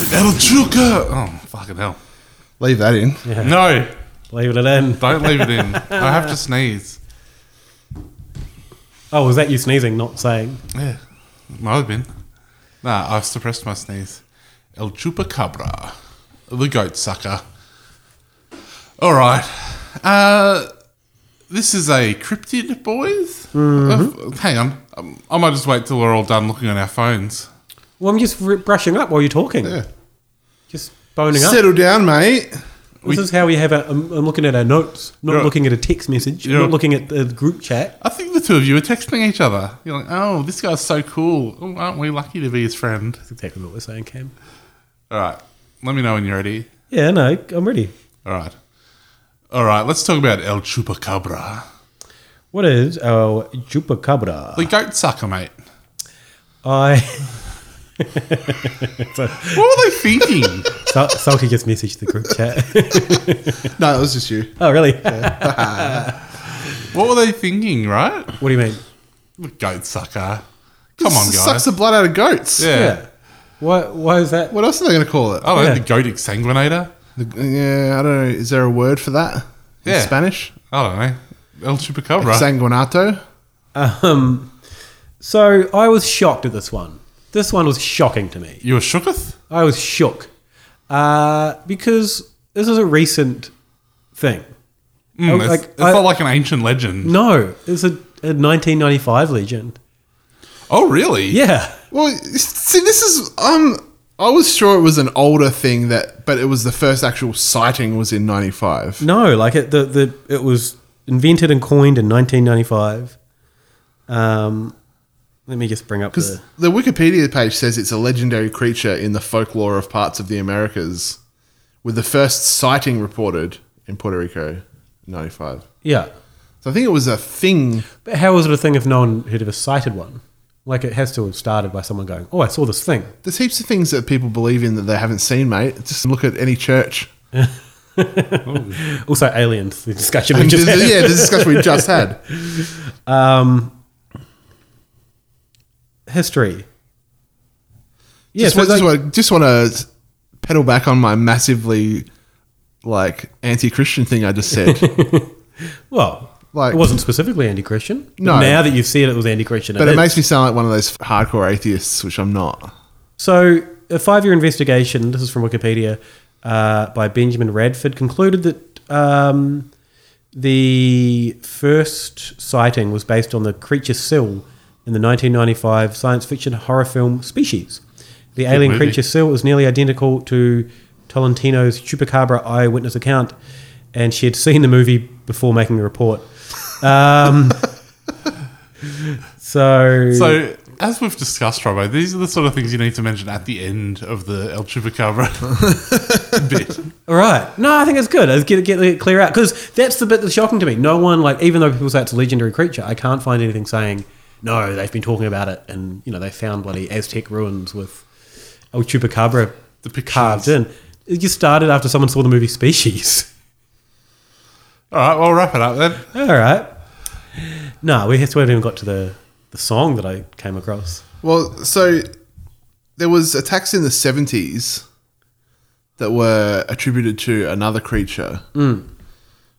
Speaker 6: Edelchuka! Oh, fucking hell.
Speaker 4: Leave that in.
Speaker 6: No.
Speaker 3: Leave it in.
Speaker 6: Don't leave it in. I have to sneeze.
Speaker 3: Oh, was that you sneezing, not saying?
Speaker 6: Yeah. Might have been. Nah, I've suppressed my sneeze. El Chupacabra. The goat sucker. All right. Uh, this is a cryptid, boys?
Speaker 3: Mm-hmm.
Speaker 6: Uh, f- hang on. Um, I might just wait till we're all done looking on our phones.
Speaker 3: Well, I'm just r- brushing up while you're talking. Yeah. Just boning up.
Speaker 4: Settle down, mate.
Speaker 3: This is how we have. A, I'm, I'm looking at our notes, not
Speaker 6: You're-
Speaker 3: looking at a text message,
Speaker 6: You're-
Speaker 3: not looking at the group chat.
Speaker 6: I think the two of you are texting each other. You're like, oh, this guy's so cool. Oh, aren't we lucky to be his friend? That's
Speaker 3: exactly what we're saying, Cam.
Speaker 6: All right. Let me know when you're ready.
Speaker 3: Yeah, no, I'm ready.
Speaker 6: All right. All right. Let's talk about El Chupacabra.
Speaker 3: What is our chupacabra?
Speaker 6: The goat sucker, mate.
Speaker 3: I. so,
Speaker 6: What were they thinking?
Speaker 3: Sal- Salty just messaged the group chat.
Speaker 4: no, it was just you.
Speaker 3: Oh, really?
Speaker 6: what were they thinking, right?
Speaker 3: What do you mean?
Speaker 6: The goat sucker. Come on, guys.
Speaker 4: Sucks the blood out of goats.
Speaker 6: Yeah. Yeah.
Speaker 3: Why, why is that?
Speaker 4: What else are they going to call it?
Speaker 6: oh, the goat exsanguinator?
Speaker 4: The- yeah, I don't know. Is there a word for that in
Speaker 6: Yeah.
Speaker 4: Spanish?
Speaker 6: I don't know. El Chupacabra.
Speaker 4: Sanguinato?
Speaker 3: Um, so I was shocked at this one. This one was shocking to me.
Speaker 6: you were shooketh?
Speaker 3: I was shook uh, because this is a recent thing.
Speaker 6: Mm,
Speaker 3: I-
Speaker 6: it's it's
Speaker 3: I-
Speaker 6: not like an ancient legend.
Speaker 3: no, it's a, a 1995 legend.
Speaker 6: Oh, really?
Speaker 3: Yeah,
Speaker 4: Well, see, this is um, I was sure it was an older thing that, but it was the first actual sighting was in '95.
Speaker 3: no, like it the, the it was invented and coined in 1995. Um, let me just bring up
Speaker 4: Because
Speaker 3: the
Speaker 4: the Wikipedia page says it's a legendary creature in the folklore of parts of the Americas, with the first sighting reported in Puerto Rico, in '95.
Speaker 3: yeah.
Speaker 4: So I think it was a thing.
Speaker 3: But how was it a thing if no one had ever cited one? Like it has to have started by someone going, "Oh, I saw this thing."
Speaker 4: There's heaps of things that people believe in that they haven't seen, mate. Just look at any church.
Speaker 3: also, aliens. The discussion we
Speaker 4: And
Speaker 3: just
Speaker 4: this-
Speaker 3: had.
Speaker 4: yeah, the discussion we just had.
Speaker 3: Um, history. Yeah,
Speaker 4: just,
Speaker 3: so
Speaker 4: want,
Speaker 3: it's like-
Speaker 4: just, want, just want to pedal back on my massively like anti-Christian thing I just said.
Speaker 3: well,
Speaker 4: Like-
Speaker 3: it wasn't specifically anti-Christian. but
Speaker 4: No.
Speaker 3: now that you've said it was anti-Christian,
Speaker 4: but it
Speaker 3: is.
Speaker 4: makes me sound like one of those hardcore atheists, which I'm not.
Speaker 3: So, a five year investigation, this is from Wikipedia, uh, by Benjamin Radford, concluded that um, the first sighting was based on the creature Sill in the 1995 science fiction horror film Species. The
Speaker 9: Good
Speaker 3: alien
Speaker 9: movie.
Speaker 3: creature Sill is nearly identical to Tolentino's Chupacabra eyewitness account, and she had seen the movie before making the report. Um, so,
Speaker 6: So, as we've discussed, Robo, these are the sort of things you need to mention at the end of the El Chupacabra bit.
Speaker 3: All right. No, I think it's good. Let's get get it clear out because that's the bit that's shocking to me. No one like, even though people say it's a legendary creature, I can't find anything saying no. They've been talking about it, and you know they found bloody Aztec ruins with El Chupacabra carved in. It just started after someone saw the movie Species.
Speaker 6: All right, well, wrap it up then.
Speaker 3: All right. No, we, we haven't even got to the the song that I came across.
Speaker 4: Well, so there was attacks in the 70s that were attributed to another creature
Speaker 3: Mm.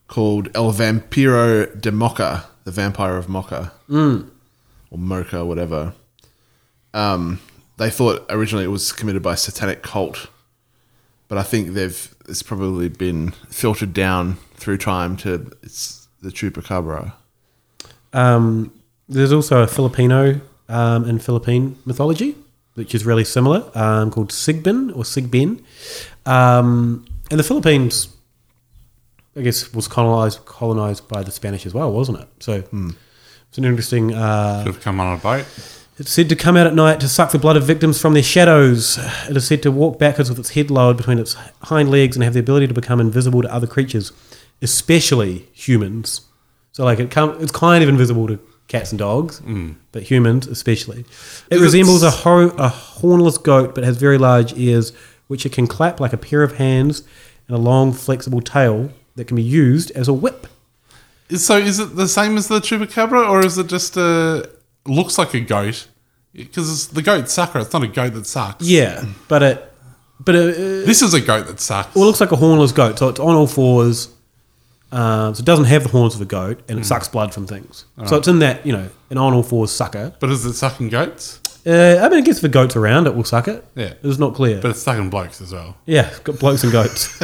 Speaker 4: called El Vampiro de Mocha, the vampire of Mocha.
Speaker 3: Mm.
Speaker 4: or Mocha, whatever. Um, they thought originally it was committed by a satanic cult, but I think they've it's probably been filtered down through time to it's the Chupacabra.
Speaker 3: Um, there's also a Filipino um, and Philippine mythology, which is really similar, um, called Sigbin or Sigbin. Um, and the Philippines
Speaker 7: I guess was colonized colonized by the Spanish as well, wasn't it? So
Speaker 6: Hmm.
Speaker 7: it's an interesting. Uh,
Speaker 3: Should have come on a boat.
Speaker 7: It's said to come out at night to suck the blood of victims from their shadows. It is said to walk backwards with its head lowered between its hind legs and have the ability to become invisible to other creatures, especially humans. So, like, it come, it's kind of invisible to cats and dogs,
Speaker 6: Hmm.
Speaker 7: but humans especially. It
Speaker 4: Is it
Speaker 7: resembles a, ho- a hornless goat, but has very large ears, which it can clap like a pair of hands, and a long, flexible tail that can be used as a whip.
Speaker 3: Is- So is it the same as the chupacabra, or is it just a looks like a goat? Because the goat sucker. It's not a goat that sucks.
Speaker 7: Yeah, but it, but it, uh,
Speaker 3: This is a goat that sucks.
Speaker 7: Well, it looks like a hornless goat, so it's on all fours. Um, so it doesn't have the horns of a goat, and it
Speaker 3: Mm.
Speaker 7: sucks blood from things. so
Speaker 3: Alright.
Speaker 7: it's in that you know an on all fours sucker.
Speaker 3: But is it sucking goats?
Speaker 7: Uh, I mean, I guess if a goat's around, it will suck it.
Speaker 3: Yeah.
Speaker 7: it's not clear.
Speaker 3: But it's sucking blokes as well.
Speaker 7: Yeah, it's got blokes and goats.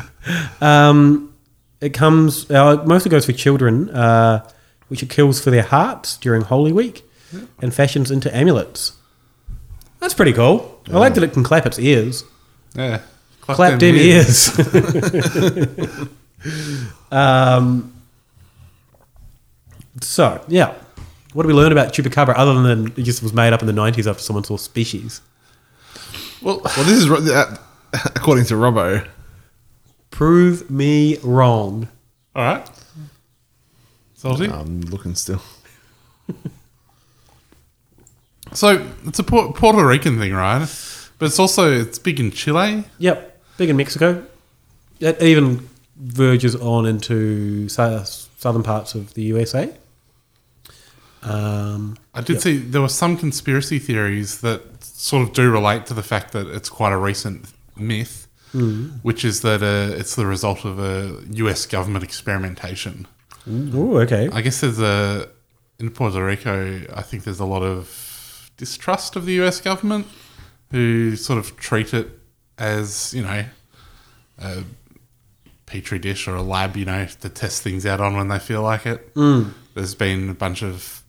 Speaker 7: um, it comes uh, it mostly goes for children, uh, which it kills for their hearts during Holy Week, and fashions into amulets. That's pretty cool. I like that it can clap its ears.
Speaker 3: Yeah.
Speaker 7: clap,
Speaker 3: Clap
Speaker 7: clap
Speaker 3: them
Speaker 7: them ears.
Speaker 3: ears.
Speaker 7: um, so yeah, what do we learn about chupacabra other than it just was made up in the nineties after someone saw Species?
Speaker 4: Well, well, this is ro- uh, according to Robbo.
Speaker 7: Prove me wrong.
Speaker 3: All right. Salty?
Speaker 4: I'm looking still.
Speaker 3: So it's a Pu- Puerto Rican thing, right? But it's also it's big in Chile.
Speaker 7: Yep, big in Mexico. It even verges on into sou- southern parts of the USA. Um,
Speaker 3: I did see there were some conspiracy theories that sort of do relate to the fact that it's quite a recent myth,
Speaker 7: Mm.
Speaker 3: which is that uh, it's the result of a U.S. government experimentation.
Speaker 7: Ooh, okay.
Speaker 3: I guess there's a in Puerto Rico. I think there's a lot of distrust of the U.S. government, who sort of treat it as you know a petri dish or a lab, you know, to test things out on when they feel like it.
Speaker 7: Mm.
Speaker 3: There's been a bunch of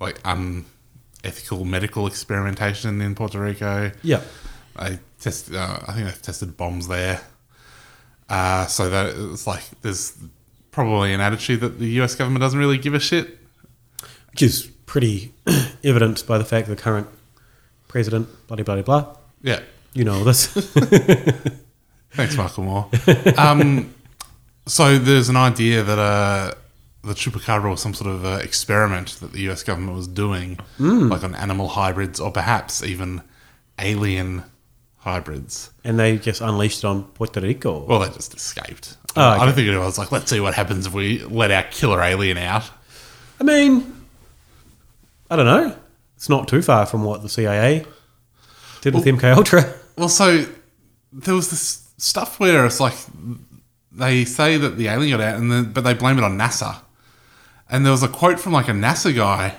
Speaker 3: like unethical medical experimentation in Puerto Rico.
Speaker 7: Yeah.
Speaker 3: I test. Uh, I think they've tested bombs there. Uh, so that it's like there's probably an attitude that the U.S. government doesn't really give a shit.
Speaker 7: Which is pretty evidenced by the fact the current president, bloody, bloody, blah.
Speaker 3: Yeah.
Speaker 7: You know this.
Speaker 3: Thanks, Michael Moore. um, so there's an idea that uh, the chupacabra was some sort of uh, experiment that the U.S. government was doing,
Speaker 7: Mm.
Speaker 3: like on animal hybrids or perhaps even alien hybrids.
Speaker 7: and they just unleashed it on Puerto Rico.
Speaker 3: Well, they just escaped.
Speaker 7: Oh,
Speaker 3: I
Speaker 7: okay.
Speaker 3: don't think it was like, let's see what happens if we let our killer alien out.
Speaker 7: I mean, I don't know. It's not too far from what the CIA did with MK Ultra.
Speaker 3: Well, so there was this stuff where it's like they say that the alien got out, and then, but they blame it on NASA. And there was a quote from like a NASA guy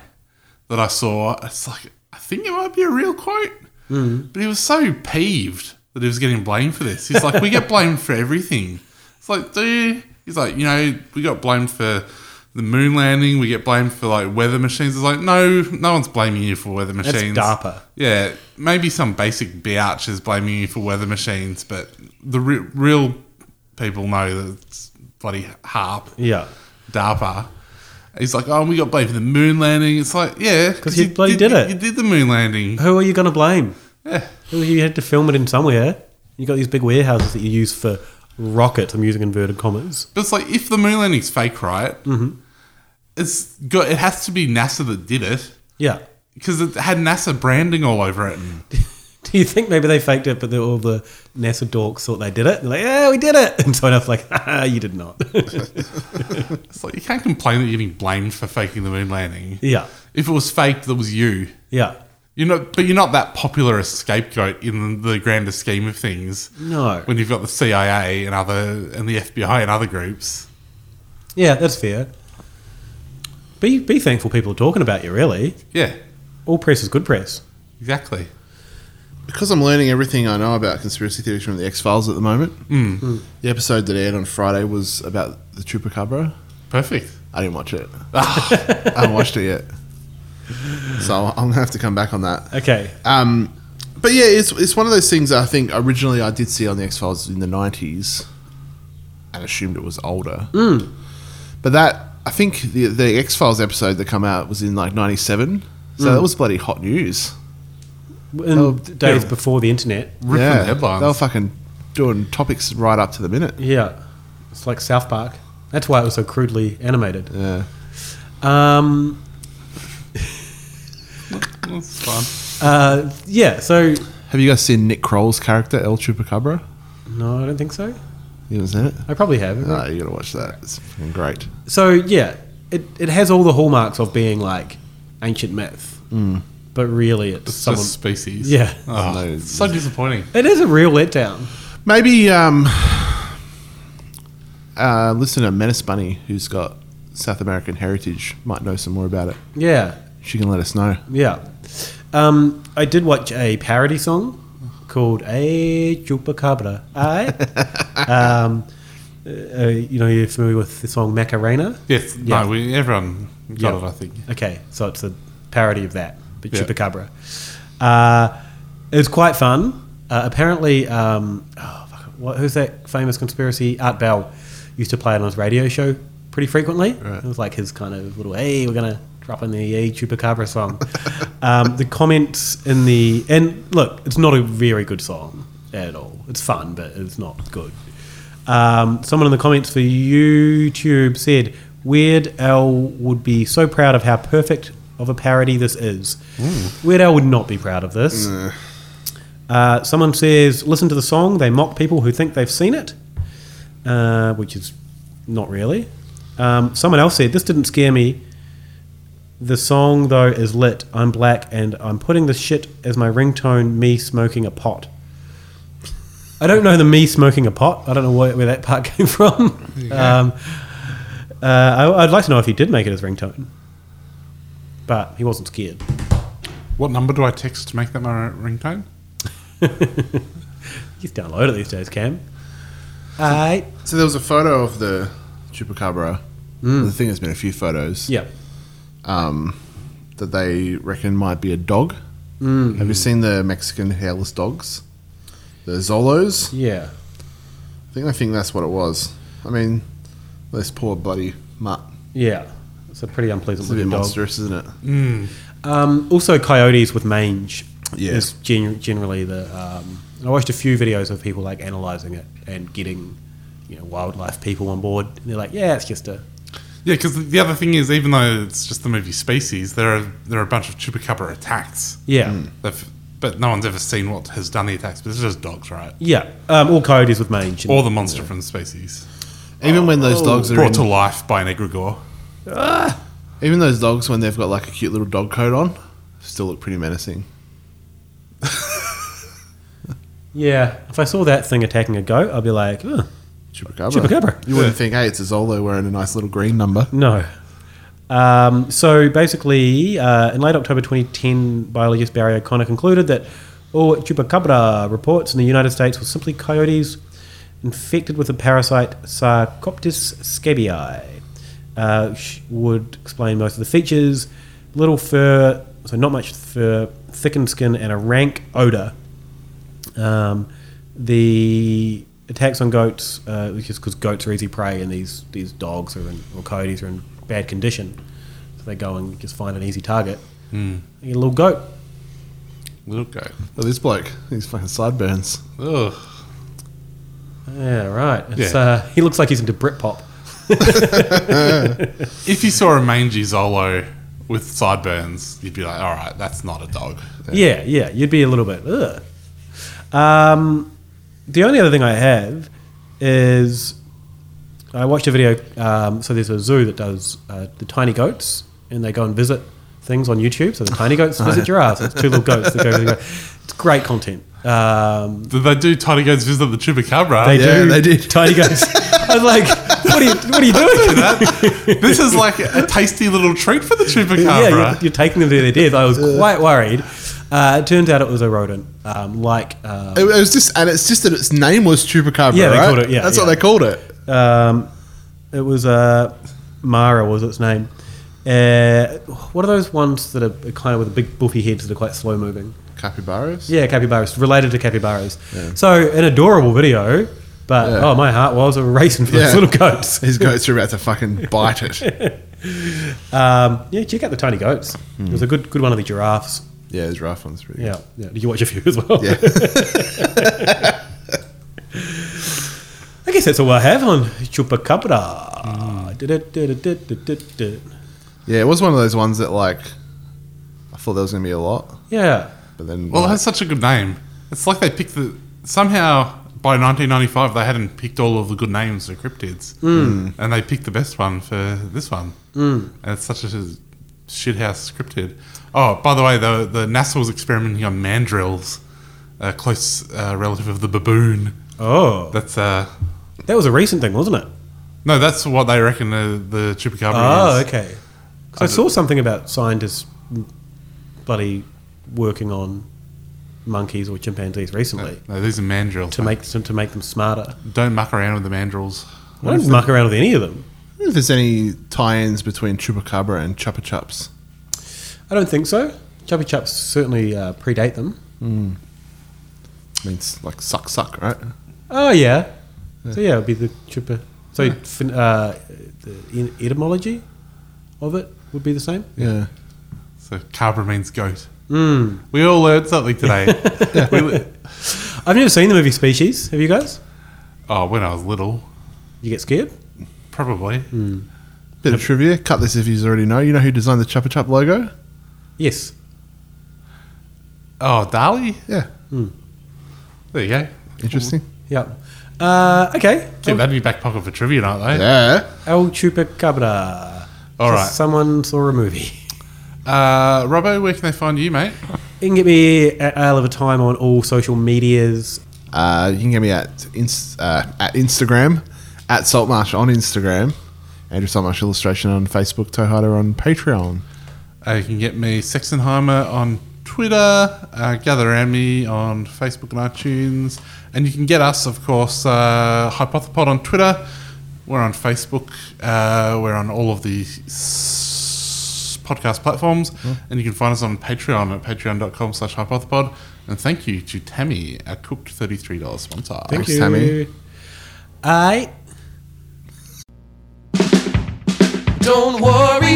Speaker 3: that I saw. It's like I think it might be a real quote,
Speaker 7: Hmm.
Speaker 3: but he was so peeved that he was getting blamed for this. He's like, "We get blamed for everything." It's like, do you? He's like, you know, we got blamed for the moon landing. We get blamed for like weather machines. It's like, no, no one's blaming you for weather
Speaker 7: That's
Speaker 3: machines.
Speaker 7: DARPA.
Speaker 3: Yeah, maybe some basic biatch is blaming you for weather machines, but the re- real people know that it's bloody harp.
Speaker 7: Yeah.
Speaker 3: DARPA. He's like, oh, we got blamed for the moon landing. It's like, yeah, because
Speaker 7: you bloody did it.
Speaker 3: You did the moon landing.
Speaker 7: Who are you going to blame?
Speaker 3: Yeah.
Speaker 7: Who- You had to film it in somewhere. You got these big warehouses that you use for rockets. I'm using inverted commas.
Speaker 3: But it's like if the moon landing's fake, right?
Speaker 7: Mhm.
Speaker 3: It's got. It has to be NASA that did it.
Speaker 7: Yeah.
Speaker 3: because it had NASA branding all over it. And
Speaker 7: Do you think maybe they faked it, but then all the NASA dorks thought they did it? They're like, yeah, we did it. And someone else like, ah, you did not.
Speaker 3: it's like you can't complain that you're getting blamed for faking the moon landing.
Speaker 7: Yeah.
Speaker 3: if it was faked, that was you.
Speaker 7: Yeah.
Speaker 3: You're not, but you're not that popular a scapegoat in the grander scheme of things.
Speaker 7: No.
Speaker 3: when you've got the CIA and other and the FBI and other groups.
Speaker 7: yeah, that's fair. Be be thankful people are talking about you. Really.
Speaker 3: Yeah.
Speaker 7: All press is good press.
Speaker 3: Exactly.
Speaker 4: Because I'm learning everything I know about conspiracy theories from the X Files at the moment.
Speaker 3: Mm.
Speaker 7: Hmm.
Speaker 3: Mm.
Speaker 4: The episode that aired on Friday was about the Chupacabra.
Speaker 3: Perfect.
Speaker 4: I didn't watch it. I haven't watched it yet, so I'm gonna have to come back on that.
Speaker 7: Okay.
Speaker 4: Um, but yeah, it's it's one of those things. I think originally I did see on the X Files in the '90s, and assumed it was older.
Speaker 7: Mm.
Speaker 4: But that I think the the X Files episode that come out was in like '97, so
Speaker 7: Mm.
Speaker 4: that was bloody hot news.
Speaker 7: In
Speaker 4: Oh,
Speaker 7: days
Speaker 4: yeah.
Speaker 7: before the internet.
Speaker 4: yeah, They were fucking doing topics right up to the minute.
Speaker 7: Yeah, it's like South Park. That's why it was so crudely animated.
Speaker 4: Yeah.
Speaker 7: Um,
Speaker 3: That's fun.
Speaker 7: uh, yeah. So
Speaker 4: Have you guys seen Nick Kroll's character El Chupacabra?
Speaker 7: no, I don't think so.
Speaker 4: You haven't seen it?
Speaker 7: I probably have.
Speaker 4: Ah, you gotta watch that. It's fucking great.
Speaker 7: So yeah, it it has all the hallmarks of being like ancient myth,
Speaker 4: Mm.
Speaker 7: but really it's,
Speaker 3: It's
Speaker 7: someone
Speaker 3: just species.
Speaker 7: Yeah,
Speaker 3: Oh,
Speaker 4: No,
Speaker 3: it's so disappointing.
Speaker 7: it is a real letdown.
Speaker 4: Maybe um, uh, listener Menace Bunny, who's got South American heritage, might know some more about it.
Speaker 7: Yeah.
Speaker 4: she can let us know.
Speaker 7: Yeah. Um, I did watch a parody song called A Chupacabra. I. um, uh, you know, you're familiar with the song Macarena?
Speaker 3: Yes. No, we, everyone got it, I think.
Speaker 7: Okay, so it's a parody of that, but
Speaker 3: Yeah.
Speaker 7: Chupacabra. Uh, it was quite fun. Uh, apparently, um, oh, fuck, what, who's that famous conspiracy? Art Bell used to play it on his radio show pretty frequently. It was like his kind of little, hey, we're going to drop in the Yay Chupacabra song. um, the comments in the. And look, it's not a very good song at all. It's fun, but it's not good. Um, someone in the comments for YouTube said, Weird Al would be so proud of how perfect of a parody this is. Weird Al would not be proud of this. Uh, someone says, Listen to the song. They mock people who think they've seen it, uh, which is not really. Um, someone else said, This didn't scare me. The song, though, is lit. I'm black and I'm putting this shit as my ringtone, me smoking a pot. I don't know the me smoking a pot. I don't know where, where that part came from.
Speaker 3: Yeah.
Speaker 7: Um, uh, I, I'd like to know if he did make it his ringtone, but he wasn't scared.
Speaker 3: What number do I text to make that my ringtone?
Speaker 7: He's downloaded these days, Cam. Aye.
Speaker 4: So there was a photo of the chupacabra.
Speaker 7: Hmm.
Speaker 4: The thing has been a few photos.
Speaker 7: Yep.
Speaker 4: Um, that they reckon might be a dog.
Speaker 7: Mm.
Speaker 4: Have you seen the Mexican hairless dogs? The Zolos?
Speaker 7: Yeah.
Speaker 4: I think I think that's what it was. I mean, this poor bloody mutt.
Speaker 7: Yeah, it's a pretty unpleasant
Speaker 4: It's a bit
Speaker 7: looking dog.
Speaker 4: monstrous, isn't it?
Speaker 7: Um, also, coyotes with mange
Speaker 4: Yeah.
Speaker 7: is gen- generally the. Um, and I watched a few videos of people like analysing it and getting, you know, wildlife people on board. And they're like, yeah, it's just a
Speaker 3: Yeah, because the other thing is, even though it's just the movie Species, there are there are a bunch of chupacabra attacks.
Speaker 7: Yeah. Mm.
Speaker 3: They've- but no one's ever seen what has done the attacks. But it's just dogs, right?
Speaker 7: yeah. Um, all coyotes with mange. and-
Speaker 3: Or the monster from Species.
Speaker 4: Even when those dogs are
Speaker 3: brought
Speaker 4: in- Ah!
Speaker 3: to life by an egregore.
Speaker 4: Even those dogs, when they've got like a cute little dog coat on, still look pretty menacing.
Speaker 7: Yeah, if I saw that thing attacking a goat, I'd be like, oh,
Speaker 4: Chupacabra.
Speaker 7: Chupacabra.
Speaker 4: You wouldn't think, hey, it's a Zolo wearing a nice little green number.
Speaker 7: No. Um, so basically, uh, in late October 2010, biologist Barry O'Connor concluded that all chupacabra reports in the United States were simply coyotes infected with the parasite Sarcoptes scabii. Uh, which would explain most of the features. Little fur, so not much fur, thickened skin, and a rank odor. Um, the attacks on goats, uh, which because goats are easy prey, and these these dogs are in, or coyotes are in bad condition, so they go and just find an easy target.
Speaker 3: Hmm.
Speaker 7: They get a little goat.
Speaker 3: Little goat.
Speaker 4: Oh, this bloke, these fucking sideburns.
Speaker 3: Ugh.
Speaker 7: Yeah, right. It's,
Speaker 3: Yeah.
Speaker 7: Uh, he looks like he's into Britpop.
Speaker 3: if you saw a mangy Zolo with sideburns, you'd be like, all right, that's not a dog.
Speaker 7: Yeah, yeah, you'd be a little bit. Ugh. Um, the only other thing I have is I watched a video. Um, so there's a zoo that does uh, the tiny goats, and they go and visit things on YouTube. So the tiny goats visit giraffes. It's two little goats that go. To the It's great content. Um,
Speaker 3: Did they do tiny goats visit the chupacabra?
Speaker 7: They do. Tiny goats. I was like, what are you? What are you doing?
Speaker 3: this is like a tasty little treat for the
Speaker 7: yeah,
Speaker 3: chupacabra.
Speaker 7: you're, you're taking them to their death. I was quite worried. Uh, it turns out it was a rodent, um, like. Um,
Speaker 4: It, it was just, and it's just that its name was Chupacabra.
Speaker 7: yeah, they
Speaker 4: right?
Speaker 7: called it. Yeah,
Speaker 4: that's
Speaker 7: yeah.
Speaker 4: what they called it.
Speaker 7: Um, it was uh, Mara was its name. Uh, what are those ones that are kind of with the big boofy heads that are quite slow moving?
Speaker 4: Capybaras.
Speaker 7: Yeah, capybaras related to capybaras.
Speaker 4: Yeah.
Speaker 7: So an adorable video But
Speaker 3: Yeah.
Speaker 7: oh, my heart was racing for those little goats.
Speaker 3: His goats are about to fucking bite it.
Speaker 7: Um, yeah, check out the tiny goats.
Speaker 3: Hmm.
Speaker 7: It was a good good one of the giraffes.
Speaker 3: Yeah, his rough one's pretty
Speaker 7: Yeah,
Speaker 3: good.
Speaker 7: yeah. Did you watch a few as well?
Speaker 3: Yeah.
Speaker 7: I guess that's all I have on Chupacabra. Du-du-du-du-du-du-du.
Speaker 3: Yeah, it was one of those ones that like I thought there was gonna be a lot.
Speaker 7: Yeah.
Speaker 3: But then
Speaker 2: Well, it
Speaker 3: like,
Speaker 2: has such a good name. It's like they picked the somehow by 1995 they hadn't picked all of the good names for cryptids,
Speaker 7: Mm.
Speaker 2: and they picked the best one for this one.
Speaker 7: Mm.
Speaker 2: And it's such a shithouse cryptid. Oh, by the way, the the NASA was experimenting on mandrills, a close uh, relative of the baboon.
Speaker 7: Oh,
Speaker 2: that's uh,
Speaker 7: That was a recent thing, wasn't it?
Speaker 2: no, that's what they reckon the, the chupacabra
Speaker 7: Oh,
Speaker 2: is.
Speaker 7: okay. 'Cause I saw something about scientists bloody working on monkeys or chimpanzees recently.
Speaker 2: No, these are mandrills.
Speaker 7: To make them to make them smarter.
Speaker 2: Don't muck around with the mandrills.
Speaker 7: I don't muck around with any of them.
Speaker 3: I wonder if there's any tie-ins between Chupacabra and Chupa Chups.
Speaker 7: I don't think so. Chubby Chups certainly uh, predate them.
Speaker 3: Mm. I mean, it's like suck suck, right?
Speaker 7: Oh yeah. So
Speaker 3: Yeah.
Speaker 7: yeah, it would be the chupa. So
Speaker 3: Yeah.
Speaker 7: fin- uh, the en- etymology of it would be the same.
Speaker 3: Yeah.
Speaker 2: So cabra means goat.
Speaker 7: Mm.
Speaker 2: We all learned something today. We le-
Speaker 7: I've never seen the movie Species. Have you guys?
Speaker 2: oh, when I was little,
Speaker 7: you get scared. Hmm.
Speaker 2: Probably.
Speaker 3: Bit of trivia. Cut this if you already know. You know who designed the Chupa Chup logo?
Speaker 7: Yes.
Speaker 2: Oh, Dali.
Speaker 3: Yeah.
Speaker 2: There you go.
Speaker 3: Interesting.
Speaker 7: Yeah. Uh, okay.
Speaker 2: Keep that in your back pocket for trivia night, though.
Speaker 3: Yeah.
Speaker 7: El Chupacabra.
Speaker 2: All
Speaker 7: Just
Speaker 2: right.
Speaker 7: Someone saw a movie.
Speaker 2: Uh, Robbo, where can they find you, mate?
Speaker 7: You can get me at Ale of a Time on all social medias.
Speaker 3: Uh, you can get me at inst- uh, at Instagram, at Saltmarsh on Instagram, Andrew Saltmarsh Illustration on Facebook, Toe Hider on Patreon.
Speaker 2: Uh, you can get me Sexenheimer on Twitter. Uh, gather around me on Facebook and iTunes, and you can get us, of course, uh, Hypothepod on Twitter. We're on Facebook. Uh, we're on all of the s- podcast platforms, and you can find us on Patreon at patreon.com/slash hypothepod. And thank you to Tammy, our cooked thirty-three dollars sponsor.
Speaker 7: Thank you. I.
Speaker 4: Don't worry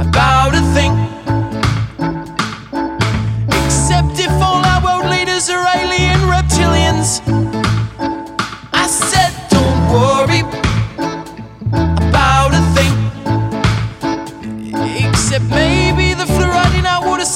Speaker 4: about a thing. Except if all our world leaders are alien reptilians. I said, don't worry about a thing. Except maybe the fluoride in our water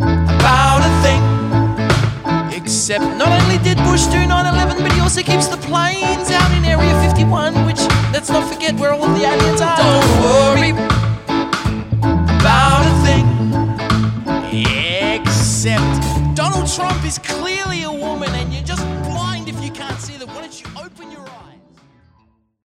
Speaker 4: about a thing. Except not only did Bush do 9-11, but he also keeps the planes out in Area 51, which let's not forget where all the aliens are. Don't worry about a thing. Except Donald Trump is clearly a war.